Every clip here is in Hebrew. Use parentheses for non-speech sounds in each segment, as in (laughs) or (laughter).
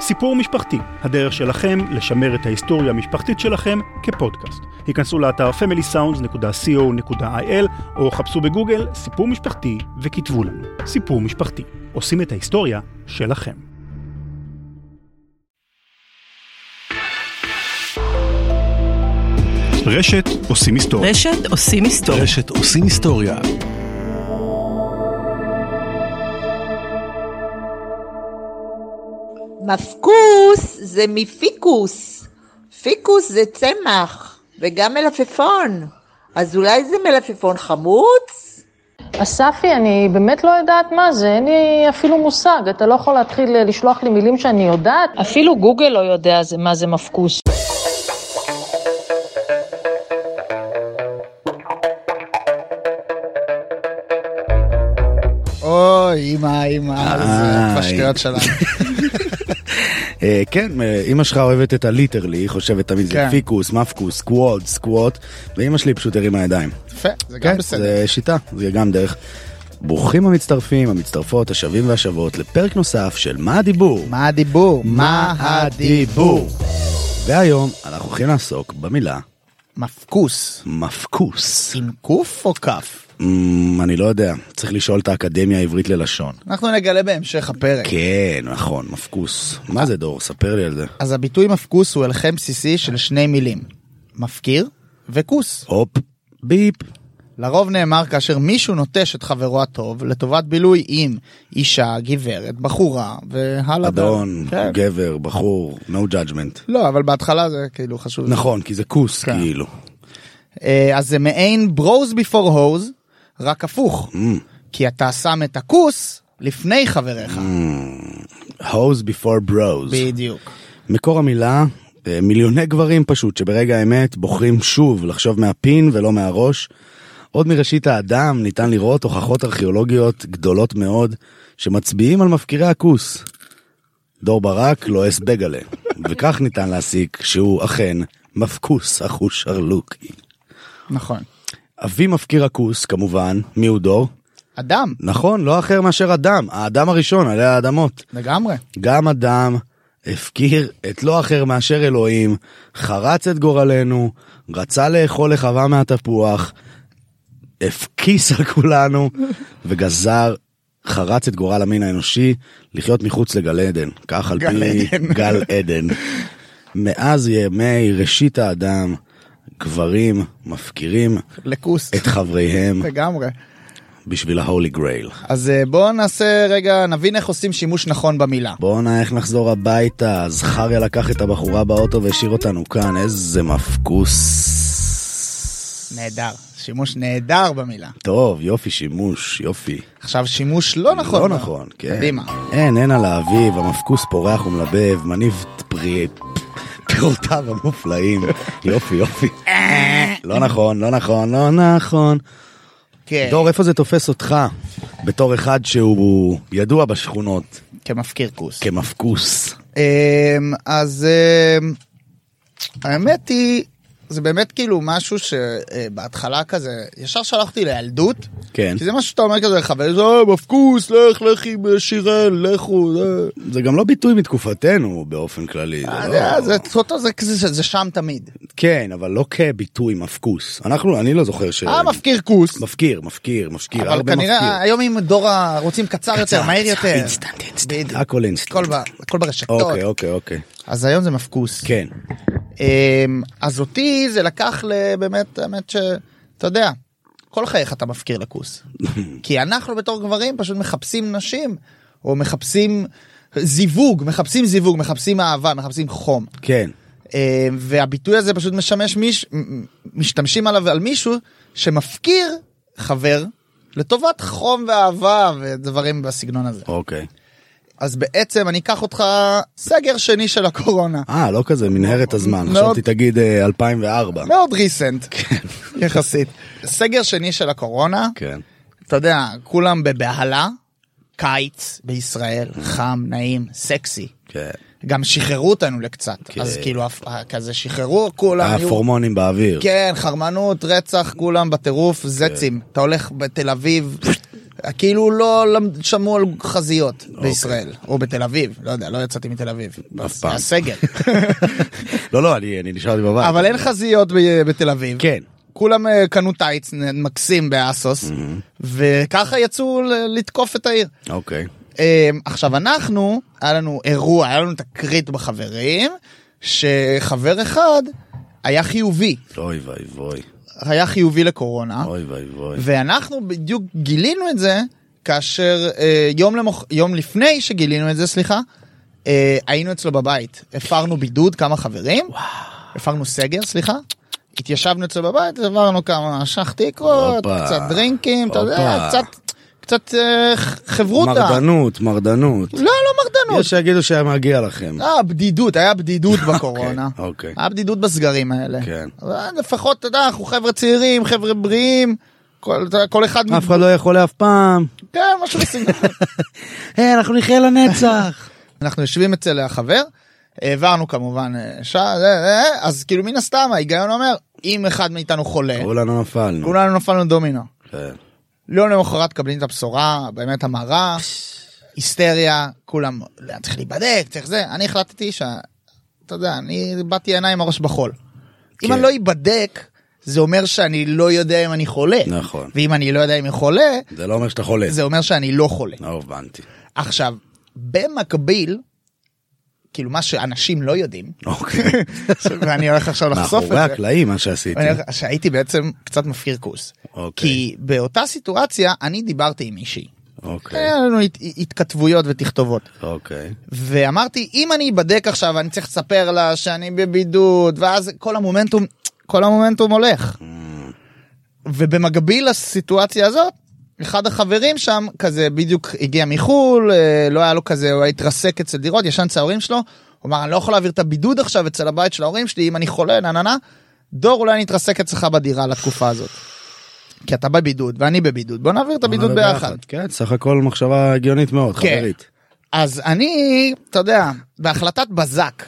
סיפור משפחתי, הדרך שלכם לשמר את ההיסטוריה המשפחתית שלכם כפודקאסט. היכנסו לאתר familysounds.co.il או חפשו בגוגל סיפור משפחתי וכתבו לנו. סיפור משפחתי. עושים את ההיסטוריה שלכם. רשת עושים היסטוריה. רשת עושים היסטוריה. רשת עושים היסטוריה. מפקוס זה מפיקוס. פיקוס זה צמח, וגם מלפפון. אז אולי זה מלפפון חמוץ? אספי, אני באמת לא יודעת מה זה, אין לי אפילו מושג. אתה לא יכול להתחיל לשלוח לי מילים שאני יודעת? אפילו גוגל לא יודע זה- מה זה מפקוס. אוי, אמא, אה? אמא, איי. איזה פשטויות שלנו. (laughs) אה, כן, אה, אימא שלך אוהבת את הליטרלי, היא חושבת תמיד זה כן. פיקוס, מפקוס, סקוואד, סקוואט, ואימא שלי פשוט הרימה ידיים. יפה, זה גם כן, בסדר. זה שיטה, זה גם דרך. ברוכים המצטרפים, המצטרפות, השבים והשבות לפרק נוסף של מה הדיבור? מה הדיבור? מה הדיבור? והיום אנחנו הולכים לעסוק במילה מפקוס. מפקוס. עם קוף או כף? אמ, אני לא יודע, צריך לשאול את האקדמיה העברית ללשון. אנחנו נגלה בהמשך הפרק. כן, נכון, מפקוס. מה זה דור? ספר לי על זה. אז הביטוי מפקוס הוא הלחם בסיסי של שני מילים. מפקיר וכוס. הופ, ביפ. לרוב נאמר כאשר מישהו נוטש את חברו הטוב לטובת בילוי עם אישה, גברת, בחורה, והלאה. אדון, כן. גבר, בחור, no judgment. לא, אבל בהתחלה זה כאילו חשוב. נכון, כי זה כוס כן. כאילו. אה, אז זה מעין ברוז ביפור הוז, רק הפוך. Mm. כי אתה שם את הכוס לפני חבריך. Mm. Hose before bros. בדיוק. מקור המילה, אה, מיליוני גברים פשוט, שברגע האמת בוחרים שוב לחשוב מהפין ולא מהראש. עוד מראשית האדם ניתן לראות הוכחות ארכיאולוגיות גדולות מאוד, שמצביעים על מפקירי הכוס. דור ברק לועס בגלה, (laughs) וכך ניתן להסיק שהוא אכן מפקוס אחוש ארלוקי. נכון. אבי מפקיר הכוס, כמובן, מי הוא דור? אדם, נכון, לא אחר מאשר אדם, האדם הראשון עלי האדמות. לגמרי. גם אדם הפקיר את לא אחר מאשר אלוהים, חרץ את גורלנו, רצה לאכול לחווה מהתפוח, הפקיס על (laughs) כולנו, וגזר, חרץ את גורל המין האנושי, לחיות מחוץ לגל עדן. כך על גל פי עדן. גל עדן. מאז ימי ראשית האדם, גברים מפקירים לכוס. את (laughs) חבריהם לגמרי. בשביל ה-Holy Grail. אז אה, בואו נעשה רגע, נבין איך עושים שימוש נכון במילה. בואנה, איך נחזור הביתה? זכריה לקח את הבחורה באוטו והשאיר אותנו כאן, איזה מפקוס. נהדר. שימוש נהדר במילה. טוב, יופי, שימוש, יופי. עכשיו שימוש לא נכון. לא בה. נכון, כן. קדימה. אין, אין על האביב, המפקוס פורח ומלבב, מניב פרי... פירותיו (laughs) המופלאים. יופי, יופי. אה. לא נכון, לא נכון, לא נכון. כן. דור, איפה זה תופס אותך? בתור אחד שהוא ידוע בשכונות כמפקיר כוס. כן. כמפקוס. אמ, אז אמ, האמת היא, זה באמת כאילו משהו שבהתחלה כזה, ישר שלחתי לילדות. כן. כי זה משהו שאתה אומר כזה לחברים, זה "אה, מפקוס, לך, לכי בשיראל, לכו, זה... זה גם לא ביטוי מתקופתנו באופן כללי. זה אה, לא- זה- זה אותו, זה כזה, זה- זה שם תמיד. כן, אבל לא כביטוי מפקוס. אנחנו, אני לא זוכר ש... אה, מפקיר כוס. מפקיר, מפקיר, מפקיר, אבל הרבה כנראה מפקיר. היום עם דור הרוצים קצר יותר, מהיר יותר. אינסטנט, אינסטנט. בדיוק. הכל אינסטנט. הכל ב- הכל ברשתות. אוקיי, אוקיי, אוקיי. אז היום זה מפקוס. כן. אמ, אז אותי זה לקח לבאמת, האמת ש... אתה יודע, כל חייך אתה מפקיר (laughs) לכוס. כי אנחנו בתור גברים פשוט מחפשים נשים, או מחפשים זיווג, מחפשים זיווג, מחפשים אהבה, מחפשים חום. כן. אמ, והביטוי הזה פשוט משמש מיש... מ- משתמשים עליו על מישהו שמפקיר חבר לטובת חום ואהבה ודברים בסגנון הזה. אוקיי. אז בעצם אני אקח אותך סגר שני של הקורונה. אה, לא כזה, מנהרת הזמן. מאוד. חשבתי תגיד אה, 2004. מאוד ריסנט, יחסית. סגר שני של הקורונה, כן. אתה יודע, כולם בבהלה, קיץ בישראל, חם, נעים, סקסי. כן. גם שחררו אותנו לקצת, אז כאילו הפ- כזה שחררו, אה, כולם היו... הפורמונים באוויר. כן. כן, חרמנות, רצח, כולם בטירוף, זצים. אתה הולך בתל אביב, כאילו לא למד- שמעו על חזיות בישראל, או בתל אביב, לא יודע, לא יצאתי מתל אביב. אוקיי. אף פעם. הסגר. לא, לא, אני אני נשארתי בבית. אבל אין חזיות ב- בתל אביב. כן. כולם אה, קנו טייץ נ- מקסים באסוס, Mm-hmm. וככה יצאו ל- לתקוף את העיר. אוקיי. אה, עכשיו אנחנו, היה לנו אירוע, היה לנו תקרית בחברים, שחבר אחד היה חיובי, אוי ואבוי. היה חיובי לקורונה, אוי ואבוי. ואנחנו בדיוק גילינו את זה כאשר אה, יום, למוח, יום לפני שגילינו את זה, סליחה, אה, היינו אצלו בבית, הפרנו בידוד כמה חברים, הפרנו סגר, סליחה. התיישבנו אצלו בבית, עברנו כמה שחטיקות, הופה. קצת דרינקים, אתה יודע, הופה. קצת, קצת אה, ח- חברותה. מרדנות, מרדנות. לא, לא מרדנות. יש שיגידו שהיה מגיע לכם. אה, בדידות, היה בדידות בקורונה. (laughs) אוקיי. היה בדידות בסגרים האלה. כן. אבל לפחות, אתה יודע, אנחנו חבר'ה צעירים, חבר'ה בריאים, כל, אתה יודע, כל אחד... אף אחד לא יכול אף פעם. כן, משהו בסגנון. אה, היי, אנחנו נחיה לנצח. (laughs) אנחנו יושבים אצל החבר, העברנו כמובן אה, שעה, זה, זה, אז כאילו מן הסתם ההיגיון אומר, אם אחד מאיתנו חולה, כולנו נפלנו. כולנו נפלנו דומינו. כן. לא למחרת קבלים את הבשורה, באמת המרה, היסטריה, כולם, לא, צריך להיבדק, צריך זה. אני החלטתי ש... אתה יודע, אני באתי הנה עם הראש בחול. אם כן. אני לא אבדק, זה אומר שאני לא יודע אם אני חולה. נכון. ואם אני לא יודע אם אני חולה, זה לא אומר שאתה חולה. זה אומר שאני לא חולה. לא הבנתי. עכשיו, במקביל, כאילו מה שאנשים לא יודעים, (laughs) אוקיי. ואני הולך עכשיו לחשוף את מאחורי זה. הקלעים מה שעשיתי. אני אומר לך שהייתי בעצם קצת מפקיר כוס. אוקיי. כי באותה סיטואציה אני דיברתי עם מישהי. אוקיי. היה לנו הת- התכתבויות ותכתובות. אוקיי. ואמרתי אם אני אבדק עכשיו אני צריך לספר לה שאני בבידוד ואז כל המומנטום כל המומנטום הולך. ובמקביל לסיטואציה הזאת אחד החברים שם כזה בדיוק הגיע מחול אה, לא היה לו כזה הוא היה התרסק אצל דירות ישן אצל ההורים שלו. הוא אמר אני לא יכול להעביר את הבידוד עכשיו אצל הבית של ההורים שלי אם אני חולה נה נה נה. דור אולי אני אתרסק אצלך בדירה לתקופה הזאת. כי אתה בבידוד ואני בבידוד בוא נעביר את הבידוד ביחד. כן, סך הכל מחשבה הגיונית מאוד, כן. חברית. אז אני, אתה יודע, בהחלטת בזק,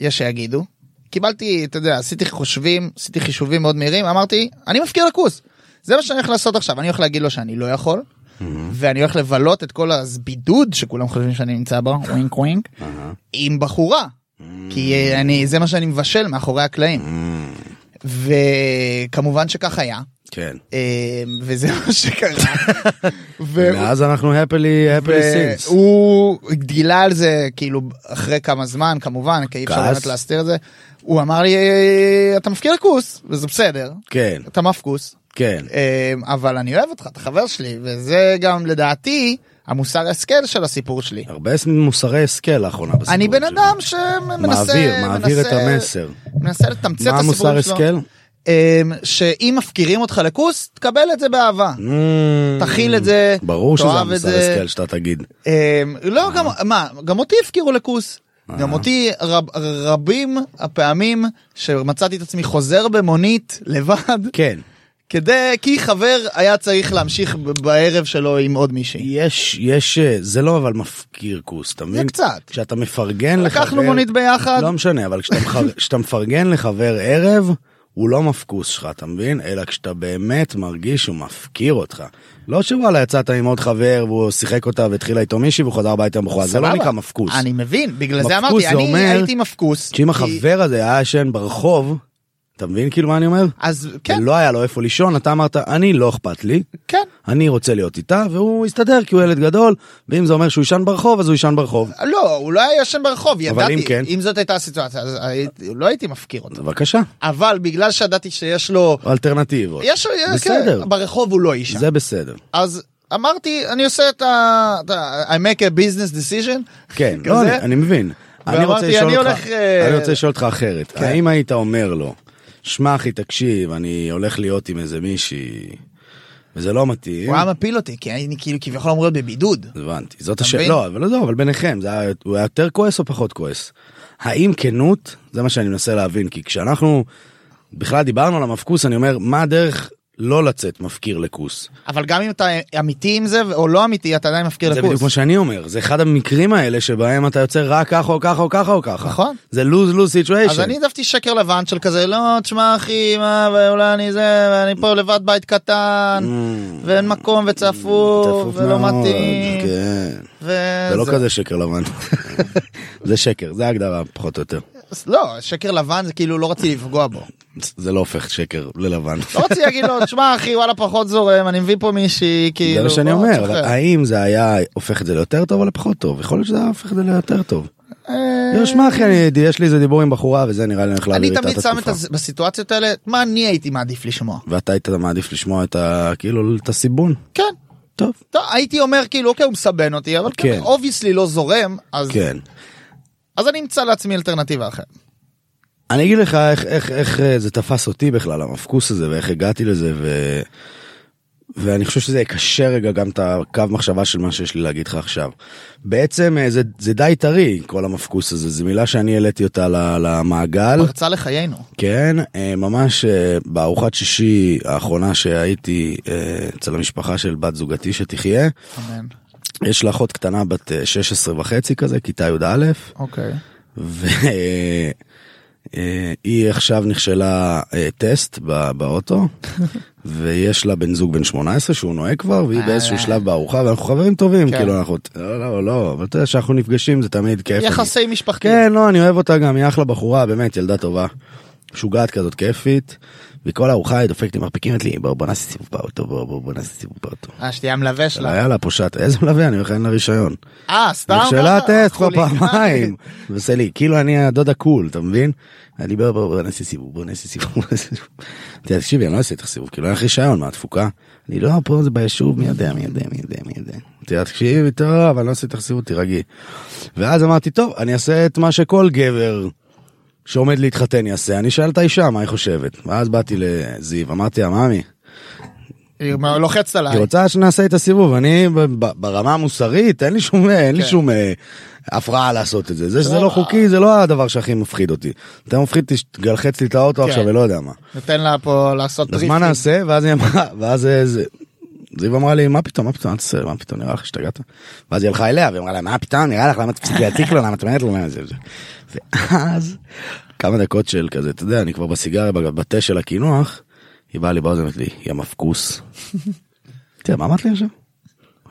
יש שיגידו, קיבלתי, אתה יודע, עשיתי חושבים, עשיתי חישובים מאוד מהירים, אמרתי, אני מפקיר לכוס. זה מה שאני הולך לעשות עכשיו, אני הולך להגיד לו שאני לא יכול, ואני הולך לבלות את כל הבידוד שכולם חושבים שאני נמצא בו, ווינק ווינק, עם בחורה. כי אה, אני, זה מה שאני מבשל מאחורי הקלעים. וכמובן שכך היה, כן. אה, וזה מה שקרה. ו- מאז אנחנו הפלי, הפלי סינס. הוא גילה על זה כאילו אחרי כמה זמן כמובן כי אי אפשר כעס? באמת להסתיר את זה. הוא אמר לי "אה, אתה מפקיע לכוס וזה בסדר כן, אתה מפקוס כן. אה, אבל אני אוהב אותך אתה חבר שלי וזה גם לדעתי המוסר ההשכל של הסיפור שלי. הרבה מוסרי השכל לאחרונה בסיפור. אני בן שלי. אדם שמנסה מעביר, מעביר את מנסה- המסר. מנסה לתמצת את מה הסיפור שלו. המוסר השכל? אה, שאם מפקירים אותך לכוס תקבל את זה באהבה. תכיל את זה, Mm. ברור שזה תאהב את המוסר זה. השכל שאתה תגיד. אמ, אה. לא, גם, מה, גם אותי הפקירו לכוס. גם אותי רב, רבים הפעמים שמצאתי את עצמי חוזר במונית לבד כן. כדי כי חבר היה צריך להמשיך ב- בערב שלו עם עוד מישהי. יש, יש, אה, זה לא אבל מפקיר כוס, אתה מבין? קצת. כשאתה מפרגן לחבר... לקחנו מונית ביחד. לא משנה, אבל כשאתה מחר- (laughs) כשאתה מפרגן לחבר ערב, הוא לא מפקוס שלך, אתה מבין? אלא כשאתה באמת מרגיש שהוא מפקיר אותך. לא שוואלה יצאת עם עוד חבר והוא שיחק אותה והתחילה איתו מישהי והוא חזר הביתה עם בחורה, זה לא סבבה. נקרא מפקוס. אני מבין בגלל זה מפקוס אמרתי זה אני אומר הייתי מפקוס. שאם כי- החבר הזה היה ישן ברחוב, אתה מבין כאילו מה אני אומר? אז כן לא היה לו איפה לישון, אתה אמרת, אני לא אכפת לי, כן. אני רוצה להיות איתה, והוא יסתדר כי הוא ילד גדול, ואם זה אומר שהוא ישן ברחוב, אז הוא ישן ברחוב. לא הוא לא היה ישן ברחוב אבל ידעתי אם כן. אם זאת הייתה הסיטואציה אז הייתי- לא הייתי מפקיר אותו בבקשה, אבל בגלל שידעתי שיש לו אלטרנטיבות. יש לו כן, אה, בסדר. ברחוב הוא לא אישה. זה בסדר. אז אמרתי אני עושה את ה... את ה- I make a business decision. (laughs) כן, כזה. לא, אני, אני מבין. אני ואמרתי, רוצה לשאול אני אותך, הולך, אה, כן. אני רוצה לשאול אותך אחרת. האם היית אומר לו, שמע אחי, תקשיב, אני הולך להיות עם איזה מישהי, וזה לא מתאים. הוא היה מפיל אותי כי אני כאילו כביכול אמור להיות בבידוד. הבנתי, זאת אתה השאלה. מבין? לא, אבל לא, אבל ביניכם, זה היה, הוא היה יותר כועס או פחות כועס? האם כנות, זה מה שאני מנסה להבין, כי כשאנחנו בכלל דיברנו על המפקוס, אני אומר, מה הדרך לא לצאת מפקיר לכוס. אבל גם אם אתה אמיתי עם זה או לא אמיתי אתה עדיין מפקיר זה בדיוק מה לכוס. שאני אומר, זה אחד המקרים האלה שבהם אתה יוצא רק ככה או ככה או ככה או ככה. נכון. זה lose lose situation. אז אני העדפתי שקר לבן של כזה לא תשמע אחי מה ואולי אני זה ואני פה לבד בית קטן Mm. ואין מקום וצפוף צפוף ולא מאוד, מתאים. כן. וזה- זה לא כזה שקר לבן. (laughs) זה שקר, זה ההגדרה פחות או יותר. לא שקר לבן זה כאילו לא רציתי לפגוע בו. זה לא הופך שקר (laughs) ללבן. לא רציתי להגיד לו תשמע אחי וואלה פחות זורם אני מביא פה מישהי כאילו. זה מה שאני בוא, אומר, תשחרר." האם זה היה הופך את זה ליותר טוב או לפחות טוב? יכול להיות שזה היה הופך את זה ליותר טוב. אה, לא, שמע אחי, אני- יש לי איזה דיבור עם בחורה וזה נראה לי הולך אני להעביר איתה את תמיד שם את התקופה. זה בסיטואציות האלה מה אני הייתי מעדיף לשמוע. ואתה היית מעדיף לשמוע את ה... כאילו את הסיבון. כן. טוב. טוב, הייתי אומר כאילו אוקיי הוא מסבן אותי אבל כן. אובייסלי לא זורם אז כן. אז אני אמצא לעצמי אלטרנטיבה אחרת. אני אגיד לך איך, איך, איך אה, זה תפס אותי בכלל, המפקוס הזה, ואיך הגעתי לזה, ו... ואני חושב שזה יקשר רגע גם את הקו מחשבה של מה שיש לי להגיד לך עכשיו. בעצם אה, זה, זה די טרי, כל המפקוס הזה, זו מילה שאני העליתי אותה ל- למעגל. פרצה לחיינו. כן, אה, ממש אה, בארוחת שישי האחרונה שהייתי אה, אצל המשפחה של בת זוגתי שתחיה, אמן. יש לה אחות קטנה בת אה, 16 וחצי כזה, כיתה י"א. אוקיי. והיא אה, עכשיו נכשלה אה, טסט ב- (laughs) באוטו, ויש לה בן זוג בן 18 שהוא נוהג כבר, והיא באיזשהו שלב בארוחה, ואנחנו חברים טובים, אה. כן. כאילו אנחנו, לא, לא, לא, אבל אתה יודע שאנחנו נפגשים זה תמיד כיף. יחסי משפחתיים. כן, לא, אני אוהב אותה גם, היא אחלה בחורה, באמת, ילדה טובה. משוגעת כזאת, כיפית, וכל הארוחה היא דופקת עם מרפיקים, אומרת לי, בוא בוא נעשה סיבוב באוטו, בוא בוא בוא נעשה סיבוב באוטו. אה, שתהיה המלווה שלה. היה לה פושעת, איזה מלווה, אני הולך אין לה רישיון. אה, סתם? נכשלה ככה? הטסט כבר חוליגן. פעמיים. ועושה לי, כאילו אני הדוד הקול, אתה מבין? אני בוא בוא בוא נעשה סיבוב, בוא נעשה סיבוב. בוא נעשה סיבוב." אמרתי לה, תקשיבי, אני לא אעשה איתך סיבוב, כאילו אין לך רישיון, מה התפוקה? אני לא, פה זה ביישוב, מי יודע, מי יודע, מי יודע, מי יודע. אמרתי לה, תקשיבי, טוב, אני לא אעשה איתך סיבוב, תירגעי. ואז אמרתי, טוב, אני אעשה את מה שכל גבר שעומד להתחתן יעשה. אני אשאל את האישה מה היא חושבת. ואז באתי לזיו, אמרתי לה, מאמי, (laughs) היא לוחצת עליי. היא רוצה שנעשה את הסיבוב, אני ב- ב- ברמה המוסרית, אין לי שום, אין לי כן. שום אה, הפרעה לעשות את זה. זה שזה לא. לא חוקי, זה לא הדבר שהכי מפחיד אותי. אתה מפחיד אותי שתגלחץ לי את האוטו כן. עכשיו ולא יודע מה. נותן לה פה לעשות אז דריפטים. מה נעשה? ואז היא אמרה, ואז אה, זה... זיו אמרה לי מה פתאום מה פתאום אל תעשה מה פתאום נראה לך השתגעת ואז היא הלכה אליה והיא אמרה לה מה פתאום נראה לך למה את תפסיקי להציק לו למה לא את אומרת לו מה זה זה ואז כמה דקות של כזה אתה יודע אני כבר בסיגריה בתה של הקינוח היא באה לי באוזן ואומרת לי יא מפקוס. (laughs) תראה מה אמרת לי עכשיו?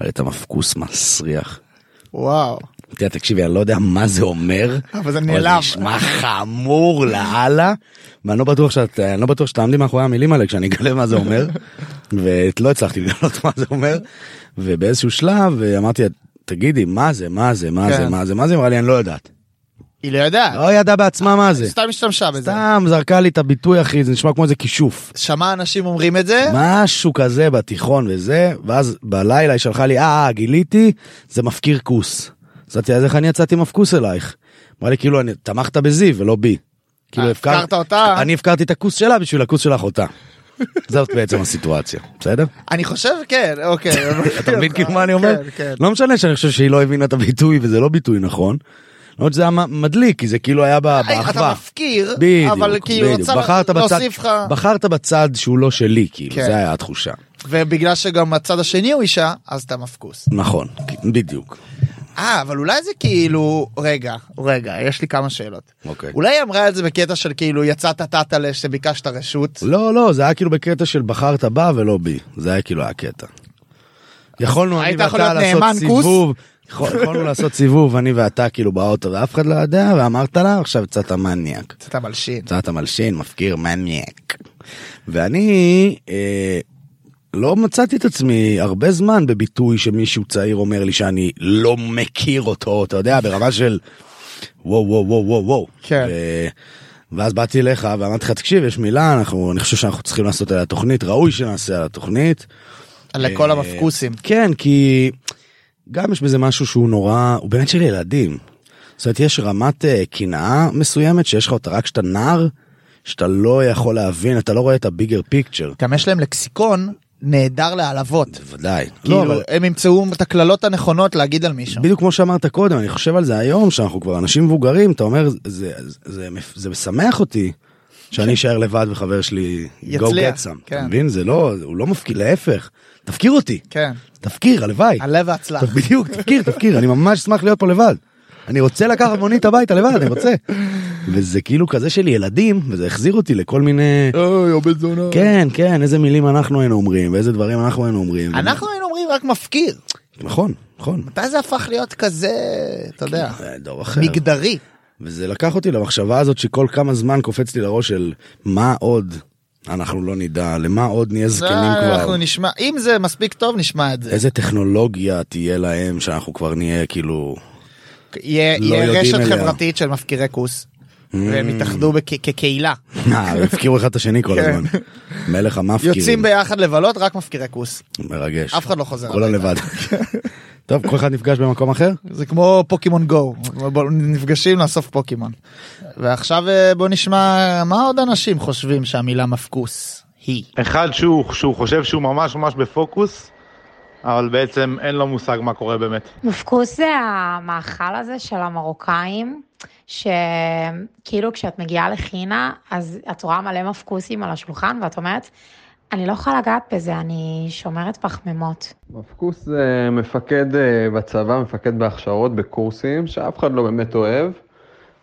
אבל אתה מפקוס מסריח. וואו. תראה, תקשיבי, אני לא יודע מה זה אומר, אבל זה נעלם. נשמע חמור לאללה, ואני לא בטוח שאת, אני לא בטוח שתעמדי מאחורי המילים האלה כשאני אגלה מה זה (laughs) אומר, ולא הצלחתי לגלות מה זה אומר, ובאיזשהו שלב אה, אמרתי, לה, תגידי, מה זה, מה זה, מה כן. זה, מה זה, מה זה, היא אמרה לי, אני לא יודעת. היא לא יודעת. לא ידעה בעצמה מה זה. סתם השתמשה בזה. סתם זרקה לי את הביטוי, אחי, זה נשמע כמו איזה כישוף. שמע אנשים אומרים את זה. משהו כזה בתיכון וזה, ואז בלילה היא שלחה לי, אה, אה, גיליתי, זה מפקיר כוס. אז אמרתי, אז איך אני יצאתי מפקוס אלייך? אמרה לי, כאילו, אני, תמכת בזיו ולא בי. כאילו, אה, הפקרת אותה. אני הפקרתי את הכוס שלה בשביל הכוס של אחותה. זאת בעצם הסיטואציה, בסדר? אני חושב כן, אוקיי. (laughs) אתה מבין כאילו מה אני אומר? כן, כן. לא משנה שאני חושב שהיא לא הבינה את הביטוי, וזה לא ביטוי נכון. למרות שזה היה מ- מדליק, כי זה כאילו היה ב- באחווה. אה, אתה מפקיר, בדיוק, אבל כאילו בדיוק. רוצה בחרת בצד, להוסיף לך, בחרת בצד שהוא לא שלי, כאילו, כן. זה היה התחושה. ובגלל שגם הצד השני הוא אישה, אז אתה מפקוס. נכון, בדיוק. אה, אבל אולי זה כאילו, רגע, רגע, יש לי כמה שאלות. אוקיי. אולי היא אמרה את זה בקטע של כאילו יצאת טאטלה שביקשת רשות. לא, לא, זה היה כאילו בקטע של בחרת בה ולא בי. זה היה כאילו הקטע. יכולנו אני היית יכול ואתה להיות לעשות נאמן כוס? סיבוב. יכול- יכולנו לעשות סיבוב, אני ואתה כאילו באוטו, ואף אחד לא יודע, ואמרת לה, עכשיו יצאת מניאק. אתה מלשין. יצאת מלשין, מפקיר, מניאק. ואני אה, לא מצאתי את עצמי הרבה זמן בביטוי שמישהו צעיר אומר לי שאני לא מכיר אותו, אתה יודע, ברמה של וואו וואו וואו וואו וואו. כן. ו... ואז באתי אליך ואמרתי לך, תקשיב, יש מילה, אנחנו, אני חושב שאנחנו צריכים לעשות עליה תוכנית, ראוי שנעשה עליה תוכנית. לכל אה, המפקוסים. כן, כי גם יש בזה משהו שהוא נורא, הוא באמת של ילדים. זאת אומרת, יש רמת אה, קנאה מסוימת שיש לך אותה רק כשאתה נער, שאתה לא יכול להבין, אתה לא רואה את הביגר פיקצ'ר. גם יש להם לקסיקון נהדר להעלבות. בוודאי. לא, כאילו, אבל הם ימצאו את הקללות הנכונות להגיד על מישהו. בדיוק כמו שאמרת קודם, אני חושב על זה היום, שאנחנו כבר אנשים מבוגרים, אתה אומר, זה, זה, זה, מפ- זה משמח אותי שאני אשאר לבד וחבר שלי go כן. יצליח, get some. כן. אתה מבין? זה לא, הוא לא מפקיר, להפך. תפקיר אותי. כן. תפקיר, הלוואי. הלב והצלח. טוב, בדיוק, תפקיר, תפקיר, אני ממש אשמח להיות פה לבד. אני רוצה לקחת מונית הביתה לבד, אני רוצה. וזה כאילו כזה של ילדים, וזה החזיר אותי לכל מיני... אוי, עובד זונה. כן, כן, איזה מילים אנחנו היינו אומרים, ואיזה דברים אנחנו היינו אומרים. אנחנו היינו אומרים רק מפקיר. נכון, נכון. מתי זה הפך להיות כזה, אתה יודע, זה דור אחר. מגדרי? וזה לקח אותי למחשבה הזאת שכל כמה זמן קופץ לי לראש של מה עוד אנחנו לא נדע, למה עוד נהיה זה זקנים כבר. אה, אנחנו נשמע, אם זה מספיק טוב נשמע את זה. איזה טכנולוגיה תהיה להם שאנחנו כבר נהיה כאילו... (laughs) יהיה לא יהיה יודעים רשת אליה. Mm. חברתית של מפקירי כוס, והם יתאחדו בכ- כקהילה. אה, הפקירו אחד את השני כל כן. הזמן. מלך המפקירים. יוצאים ביחד לבלות רק מפקירי כוס. מרגש. אף אחד לא חוזר כולם הביתה. (laughs) לבד. טוב, כל אחד נפגש במקום אחר? זה כמו פוקימון גו, בוא- נפגשים לאסוף פוקימון. ועכשיו אה, בוא נשמע מה עוד אנשים חושבים שהמילה מפקוס היא. אחד שהוא, שהוא חושב שהוא ממש ממש בפוקוס, אבל בעצם אין לו מושג מה קורה באמת. מופקוס זה המאכל הזה של המרוקאים, שכאילו כשאת מגיעה לחינה, אז את רואה מלא מפקוסים על השולחן, ואת אומרת, אני לא יכולה לגעת בזה, אני שומרת פחמימות. מפקוס זה מפקד אה, בצבא, מפקד בהכשרות, בקורסים, שאף אחד לא באמת אוהב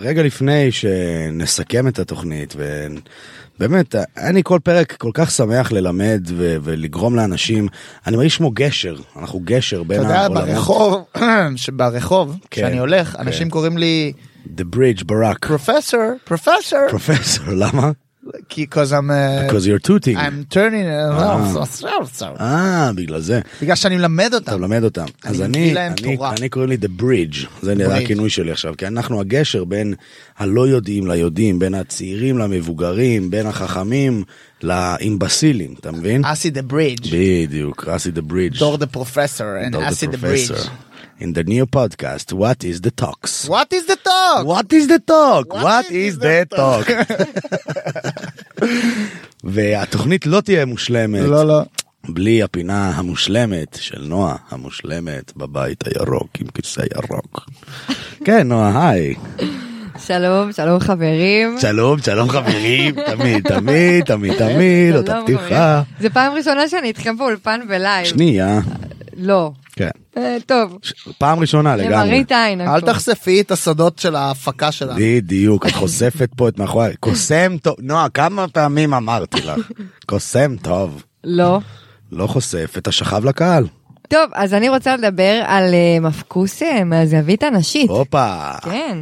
רגע לפני שנסכם את התוכנית, ובאמת, אני כל פרק כל כך שמח ללמד ו- ולגרום לאנשים, אני מרגיש כמו גשר, אנחנו גשר בין אתה יודע, העולמות. ברחוב, (clears throat) שברחוב, כן, כשאני הולך, אנשים קוראים לי The bridge, ברק. פרופסור, פרופסור, פרופסור, למה? כי cause I'm, uh, Because you're tooting. I'm turning, it off, so- so- so- אה, בגלל זה. בגלל שאני מלמד אותם. אתה מלמד אותם. אז מביא אני, להם אני, תורה. אני קוראים לי The Bridge, זה נראה Bridge. הכינוי שלי עכשיו, כי אנחנו הגשר בין הלא יודעים ליודעים, בין הצעירים למבוגרים, בין החכמים לאימבסילים, אתה מבין? אסי דה ברידג', בדיוק, אסי The Bridge. דור דה פרופסור, אסי דה ברידג'. In the new podcast, what is the talks? What is the talk? What is the talk? What What is is the the talk? (laughs) והתוכנית לא תהיה מושלמת. לא, לא. בלי הפינה המושלמת של נועה המושלמת בבית הירוק עם כיסא (laughs) ירוק. כן נועה היי. שלום, שלום חברים. שלום שלום חברים (laughs) תמיד תמיד תמיד תמיד אותה שלום, פתיחה. חברים. זה פעם ראשונה שאני איתכם באולפן בלייב. שנייה. לא. כן. אה, טוב. ש- פעם ראשונה לגמרי. למראית עין. אל הכל. תחשפי את הסודות של ההפקה שלנו. בדיוק את חושפת פה את מאחורי (laughs) קוסם טוב נועה כמה פעמים אמרתי לך קוסם טוב לא. לא חושף את השכב לקהל. (laughs) טוב, אז אני רוצה לדבר על אה, מפקוס אה, מהזווית הנשית. הופה. כן.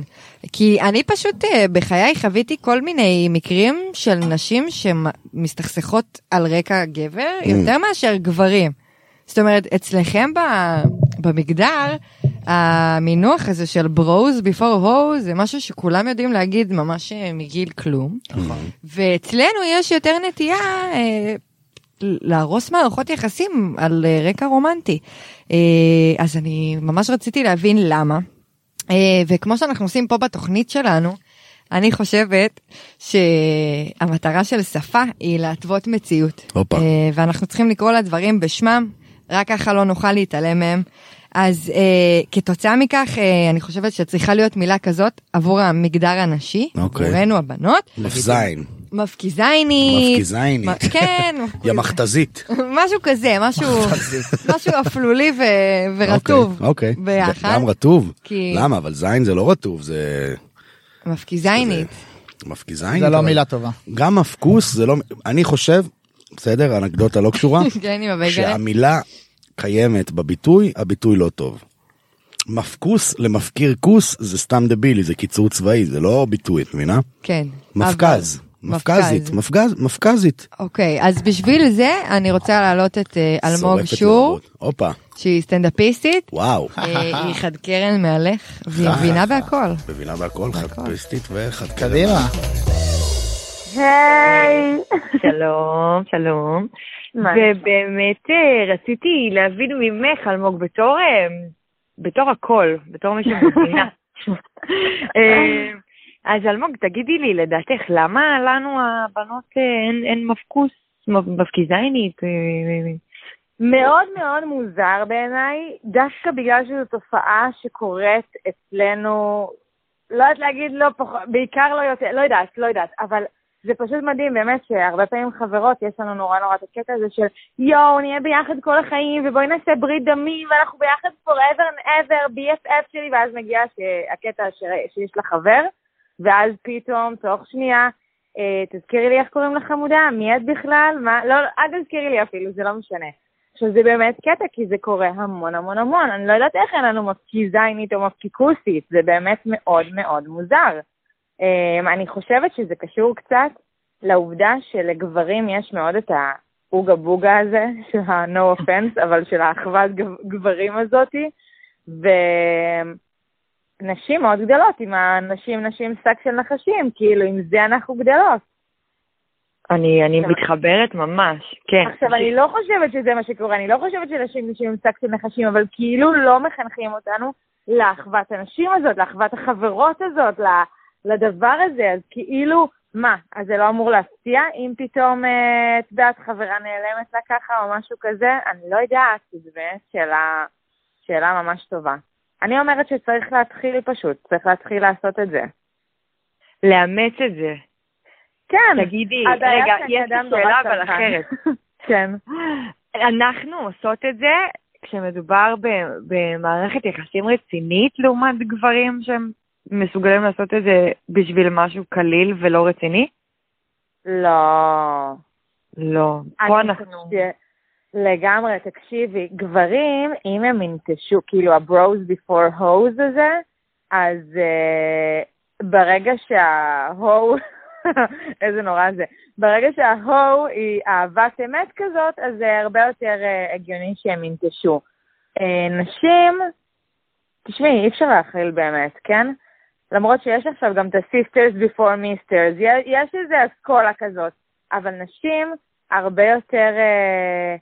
כי אני פשוט אה, בחיי חוויתי כל מיני מקרים של נשים שמסתכסכות על רקע גבר יותר מאשר גברים. זאת אומרת, אצלכם ב- במגדר, המינוח הזה של ברוז ביפור הו זה משהו שכולם יודעים להגיד ממש אה, מגיל כלום. ואצלנו יש יותר נטייה אה, להרוס מערכות יחסים על אה, רקע רומנטי. אה, אז אני ממש רציתי להבין למה. אה, וכמו שאנחנו עושים פה בתוכנית שלנו, אני חושבת שהמטרה של שפה היא להתוות מציאות. הופה. אה, ואנחנו צריכים לקרוא לדברים בשמם, רק ככה לא נוכל להתעלם מהם. אז אה, כתוצאה מכך, אה, אני חושבת שצריכה להיות מילה כזאת עבור המגדר הנשי, אוקיי. עבורנו הבנות. כ"ז. מפקיזיינית. מפקיזיינית. מ- כן, אוקיי. יא מכתזית. משהו כזה, משהו (laughs) משהו אפלולי ו- ורטוב. אוקיי. אוקיי. ביחד. גם רטוב. כי- למה? אבל זין זה לא רטוב, זה מפקיזיינית. מפקיזיינית. זה לא אבל- מילה טובה. גם מפקוס זה לא... אני חושב, בסדר, אנקדוטה לא (laughs) קשורה, כן, עם הבייגלה. כשהמילה קיימת בביטוי, הביטוי לא טוב. מפקוס למפקיר כוס זה סתם דבילי, זה קיצור צבאי, זה לא ביטוי, את מבינה? כן. מפקז. אבל- מפקזית, מפגז, מפקזית. אוקיי, אז בשביל זה אני רוצה להעלות את אה, אלמוג שורפת שור, להבות. הופה, שהיא סטנדאפיסטית. וואו. אה, היא חד קרן מהלך, והיא אה. מבינה בהכל. מבינה בהכל, חדפסטית וחד... קדימה. היי. שלום, שלום. מה? ובאמת אה, רציתי להבין ממך, אלמוג, בתור, אה, בתור הכל, בתור מי (laughs) שמבינה. אה, אז אלמוג, תגידי לי, לדעתך, למה לנו הבנות אה, אין, אין מפקוס, מ- מפקיזיינית? אה, אה, אה? מאוד מאוד מוזר בעיניי, דווקא בגלל שזו תופעה שקורית אצלנו, לא יודעת להגיד לא פחות, בעיקר לא יותר, לא יודעת, לא יודעת, אבל זה פשוט מדהים, באמת שהרבה פעמים חברות, יש לנו נורא נורא את הקטע הזה של יואו, נהיה ביחד כל החיים, ובואי נעשה ברית דמים, ואנחנו ביחד forever and ever, BFF שלי, ואז מגיע ש- הקטע ש- שיש לה חבר, ואז פתאום, תוך שנייה, אה, תזכירי לי איך קוראים לך חמודה, מי את בכלל, מה, לא, אל תזכירי לי אפילו, זה לא משנה. עכשיו זה באמת קטע, כי זה קורה המון המון המון, אני לא יודעת איך אין לנו מפקיזיינית או מפקיקוסית, זה באמת מאוד מאוד מוזר. אמ, אני חושבת שזה קשור קצת לעובדה שלגברים יש מאוד את האוגה בוגה הזה, (laughs) של ה-no offense, אבל של האחוות גב- גברים הזאתי, ונשים מאוד גדלות, עם הנשים נשים שק של נחשים, כאילו עם זה אנחנו גדלות. אני, אני מתחברת ממש, כן. עכשיו, אני לא חושבת שזה מה שקורה, אני לא חושבת שנשים נשים עם שק של נחשים, אבל כאילו לא מחנכים אותנו לאחוות הנשים הזאת, לאחוות החברות הזאת, ל- לדבר הזה, אז כאילו, מה, אז זה לא אמור להפתיע אם פתאום, אה, את יודעת, חברה נעלמת לה ככה או משהו כזה? אני לא יודעת, זו באמת שאלה, שאלה ממש טובה. אני אומרת שצריך להתחיל פשוט, צריך להתחיל לעשות את זה. לאמץ את זה. כן. תגידי, הבעיה רגע, שאני יש לי אדם נורא שאלה אבל סרחן. אחרת. (laughs) כן. אנחנו עושות את זה כשמדובר ב- במערכת יחסים רצינית לעומת גברים שהם מסוגלים לעשות את זה בשביל משהו קליל ולא רציני? לא. לא. פה אנחנו... לגמרי, תקשיבי, גברים, אם הם ינטשו, כאילו ה-bros before hoes הזה, אז uh, ברגע שה-ho, (laughs) איזה נורא זה, ברגע שה-ho היא אהבת אמת כזאת, אז זה הרבה יותר uh, הגיוני שהם ינטשו. Uh, נשים, תשמעי, אי אפשר להכיל באמת, כן? למרות שיש עכשיו גם את ה-sisters before misters, יש- יש איזה אסכולה כזאת, אבל נשים הרבה יותר, אה,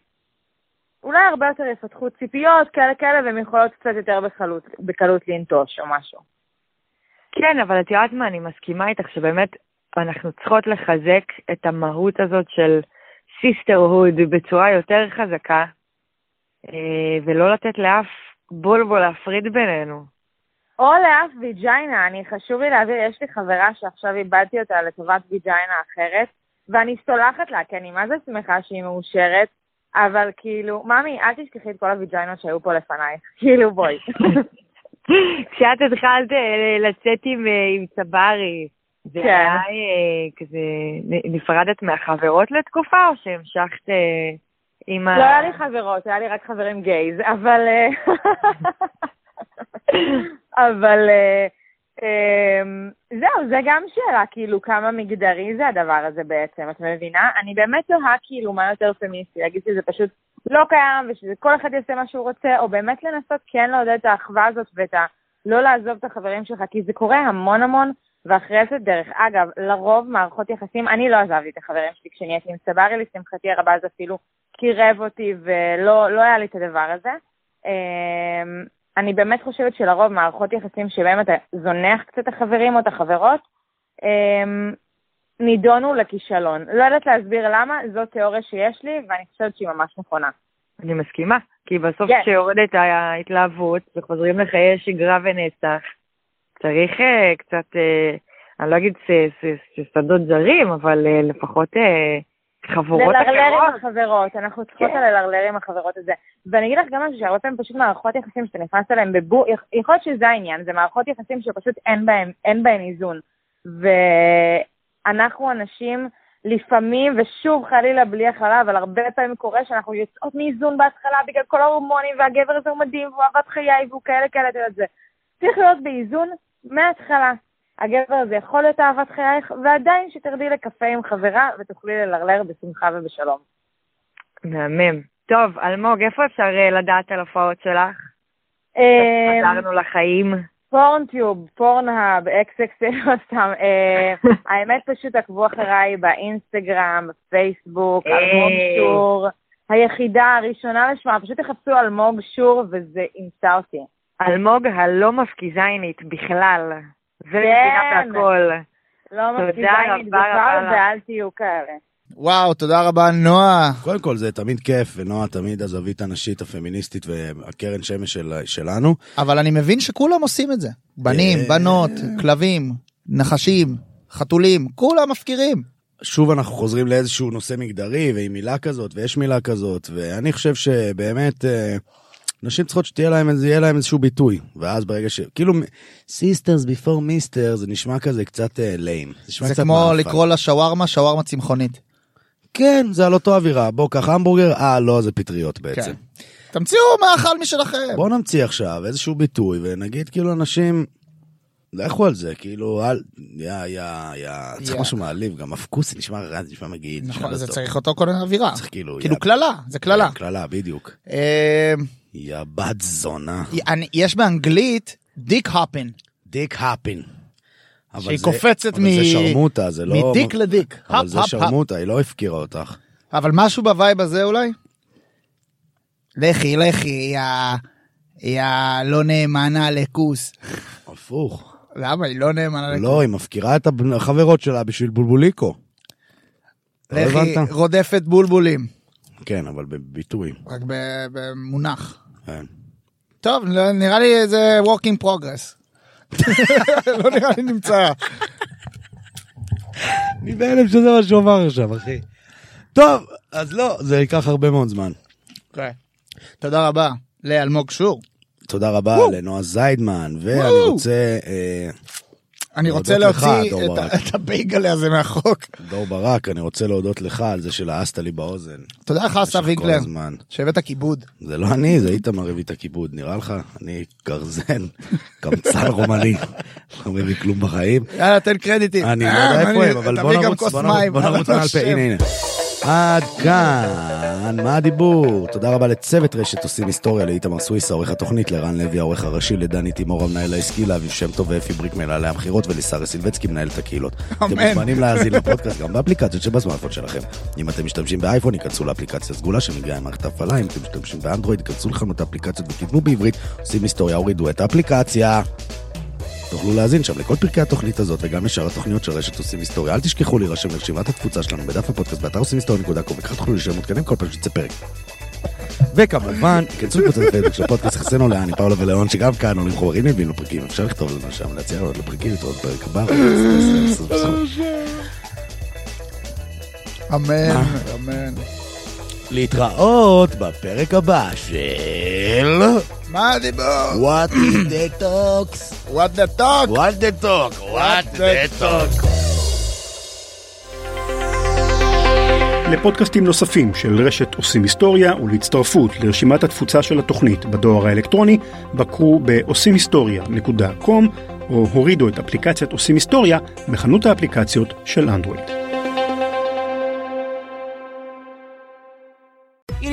אולי הרבה יותר יפתחו ציפיות כאלה כאלה, והן יכולות קצת יותר בקלות, בקלות לנטוש או משהו. כן, אבל את יודעת מה, אני מסכימה איתך שבאמת אנחנו צריכות לחזק את המהות הזאת של sisterhood בצורה יותר חזקה, אה, ולא לתת לאף בולבול להפריד בינינו. או לאף ויג'יינה, אני חשוב לי להבהיר, יש לי חברה שעכשיו איבדתי אותה לטובת ויג'יינה אחרת, ואני סולחת לה, כי אני מה זה שמחה שהיא מאושרת, אבל כאילו, ממי, אל תשכחי את כל הויג'יינות שהיו פה לפנייך, (laughs) כאילו בואי. (laughs) כשאת התחלת אה, לצאת עם, אה, עם צברי, זה כן. היה אה, כזה, נ- נפרדת מהחברות לתקופה, או שהמשכת אה, עם ה... לא היה לי חברות, היה לי רק חברים גייז, אבל... אה, אבל אה, אמ, זהו, זה גם שאלה, כאילו, כמה מגדרי זה הדבר הזה בעצם, את מבינה? אני באמת תוהה, כאילו, מה יותר פמיניסטי, להגיד שזה פשוט לא קיים, ושכל אחד יעשה מה שהוא רוצה, או באמת לנסות כן לעודד את האחווה הזאת ואת ה... לא לעזוב את החברים שלך, כי זה קורה המון המון, ואחרי זה, דרך אגב, לרוב מערכות יחסים, אני לא עזבתי את החברים שלי כשנהייתי עם צברי, לשמחתי הרבה זה אפילו קירב אותי, ולא לא היה לי את הדבר הזה. אמ, אני באמת חושבת שלרוב מערכות יחסים שבהם אתה זונח קצת את החברים או את החברות, אמ, נידונו לכישלון. לא יודעת להסביר למה, זו תיאוריה שיש לי, ואני חושבת שהיא ממש נכונה. אני מסכימה, כי בסוף כן. כשיורדת ההתלהבות וחוזרים לחיי שגרה ונצח, צריך אה, קצת אה, אני לא אגיד ש- ש- ששדות זרים, אבל אה, לפחות אה, חבורות ללרלר אחרות. עם החברות, אנחנו צריכות כן. ללרלר עם החברות הזה. ואני אגיד לך גם משהו שהרבה פעמים פשוט מערכות יחסים שאתה נכנס אליהן בבור, יכול להיות שזה העניין, זה מערכות יחסים שפשוט אין בהן, אין בהן איזון. ואנחנו אנשים לפעמים, ושוב חלילה בלי הכללה, אבל הרבה פעמים קורה שאנחנו יוצאות מאיזון בהתחלה בגלל כל ההורמונים, והגבר הזה הוא מדהים, והוא אהבת חיי, והוא כאלה כאלה, אתה יודע את זה. צריך להיות באיזון מההתחלה. הגבר הזה יכול להיות אהבת חייך, ועדיין שתרדי לקפה עם חברה ותוכלי ללרלר בשמחה ובשלום. מהמם. טוב, אלמוג, איפה אפשר אה, לדעת על הופעות שלך? אה, חזרנו לחיים. פורנטיוב, פורנהאב, אקס אקס, לא (laughs) סתם. (laughs) אה, האמת פשוט עקבו אחריי באינסטגרם, בפייסבוק, אה. אלמוג שור. היחידה הראשונה לשמה, פשוט תחפשו אלמוג שור וזה ימצא אותי. אלמוג הלא מפגיזיינית בכלל. זה כן. מבינה בהכל. לא תודה מפקידה רבה עם דבר לך. ואל תהיו כאלה. וואו, תודה רבה, נועה. קודם כל, זה תמיד כיף, ונועה תמיד הזווית הנשית הפמיניסטית והקרן שמש של, שלנו. אבל אני מבין שכולם עושים את זה. בנים, אה. בנות, כלבים, נחשים, חתולים, כולם מפקירים. שוב אנחנו חוזרים לאיזשהו נושא מגדרי, ועם מילה כזאת, ויש מילה כזאת, ואני חושב שבאמת, אה, נשים צריכות שתהיה להם, איזה- יהיה להם איזשהו ביטוי, ואז ברגע ש... כאילו, סיסטרס ביפור מיסטר, זה נשמע כזה קצת אה, ליים. זה כמו לקרוא לה שווארמה, שווארמה צמחונית. כן, זה על אותו אווירה, בוא קח המבורגר, אה, לא, זה פטריות בעצם. כן. תמציאו מאכל משלכם. בואו נמציא עכשיו איזשהו ביטוי ונגיד כאילו אנשים, לכו על זה, כאילו אל, יא יא יא, צריך יא. משהו מעליב, גם אפקוסי נשמע רע, זה נשמע מגעיל. נשמע נכון, לא זה טוב. צריך אותו כל אווירה. צריך כאילו, כאילו יא- קללה, זה קללה. כן, קללה, בדיוק. אה, יא בת זונה. אני- יש באנגלית דיק הופין. דיק הופין. אבל שהיא זה- קופצת מ... אבל זה שרמוטה, זה לא... מדיק לדיק. אבל הפ, זה הפ, הפ. שרמוטה, היא לא הפקירה אותך. אבל משהו בווייב הזה אולי? לכי, לכי, יא... יא לא נאמנה לכוס. הפוך. למה? היא לא נאמנה לכוס. לא, היא מפקירה את הבנ- החברות שלה בשביל בולבוליקו. לא לכי הבנת? רודפת בולבולים. כן, אבל בביטוי. רק ב- במונח. כן. טוב, לא- נראה לי זה work in progress. (laughs) לא נראה לי נמצא. אני בהלם שזה מה שהוא אמר עכשיו, אחי. טוב, אז לא, זה ייקח הרבה מאוד זמן. אוקיי. תודה רבה לאלמוג שור. תודה רבה וואו. לנועה זיידמן, ואני וואו. רוצה... אה, אני רוצה להודות לך, להוציא דור את ה- ברק. את הבייגלה הזה מהחוק. דור ברק, אני רוצה להודות לך על זה שלעסת לי באוזן. תודה לך, אסף כל וינקלר, הזמן. שהבאת כיבוד. זה לא אני, זה איתמר הביא את הכיבוד, נראה לך? אני גרזן, קמצן רומני, לא מביא כלום בחיים. יאללה, תן קרדיטים. אני לא אה, יודע איפה אני- הם, אבל תביא בוא גם נרוץ, כוס בוא נרוץ, מים, בוא אבל נרוץ לא מעל פה, שם. הנה הנה. עד כאן, מה הדיבור? תודה רבה לצוות רשת עושים היסטוריה, לאיתמר סוויסה, עורך התוכנית, לרן לוי, העורך הראשי, לדני תימור, המנהל העסקי, לאביב שם טוב ואפי בריקמן, מנהלי המכירות, ולשרי סילבצקי, מנהלת הקהילות. אתם אמן. מוזמנים להאזין לפודקאסט גם באפליקציות שבסמארטפון שלכם. אם אתם משתמשים באייפון, ייכנסו לאפליקציה סגולה שמגיעה עם מערכת ההפעלה, אם אתם משתמשים באנדרואיד, ייכנסו לחנות האפליקציות וכתבו בעברית, עושים היסטוריה, הורידו את האפליקציה. תוכלו להאזין שם לכל פרקי התוכנית הזאת וגם לשאר התוכניות של רשת עושים היסטוריה. אל תשכחו להירשם לרשימת התפוצה שלנו בדף הפודקאסט באתר עושים היסטוריה נקודה קום וכך תוכלו להישאר מעודכנים כל פעם שיצא פרק. וכמובן, כנסו לקבוצת הפייסבוק של הפודקאסט יחסנו לאן עם פאולה ולאון שגם כאן עולים חומרים מבין לפרקים אפשר לכתוב לנו שם להציע לנו לפרקים לראות פרק הבא. אמן, אמן. להתראות בפרק הבא של מה הדיבור? What the talks? What the talk? What the talk? What the talk? לפודקאסטים נוספים של רשת עושים היסטוריה ולהצטרפות לרשימת התפוצה של התוכנית בדואר האלקטרוני, בקרו ב-עושימהיסטוריה.com או הורידו את אפליקציית עושים היסטוריה בחנות האפליקציות של אנדרואיד. It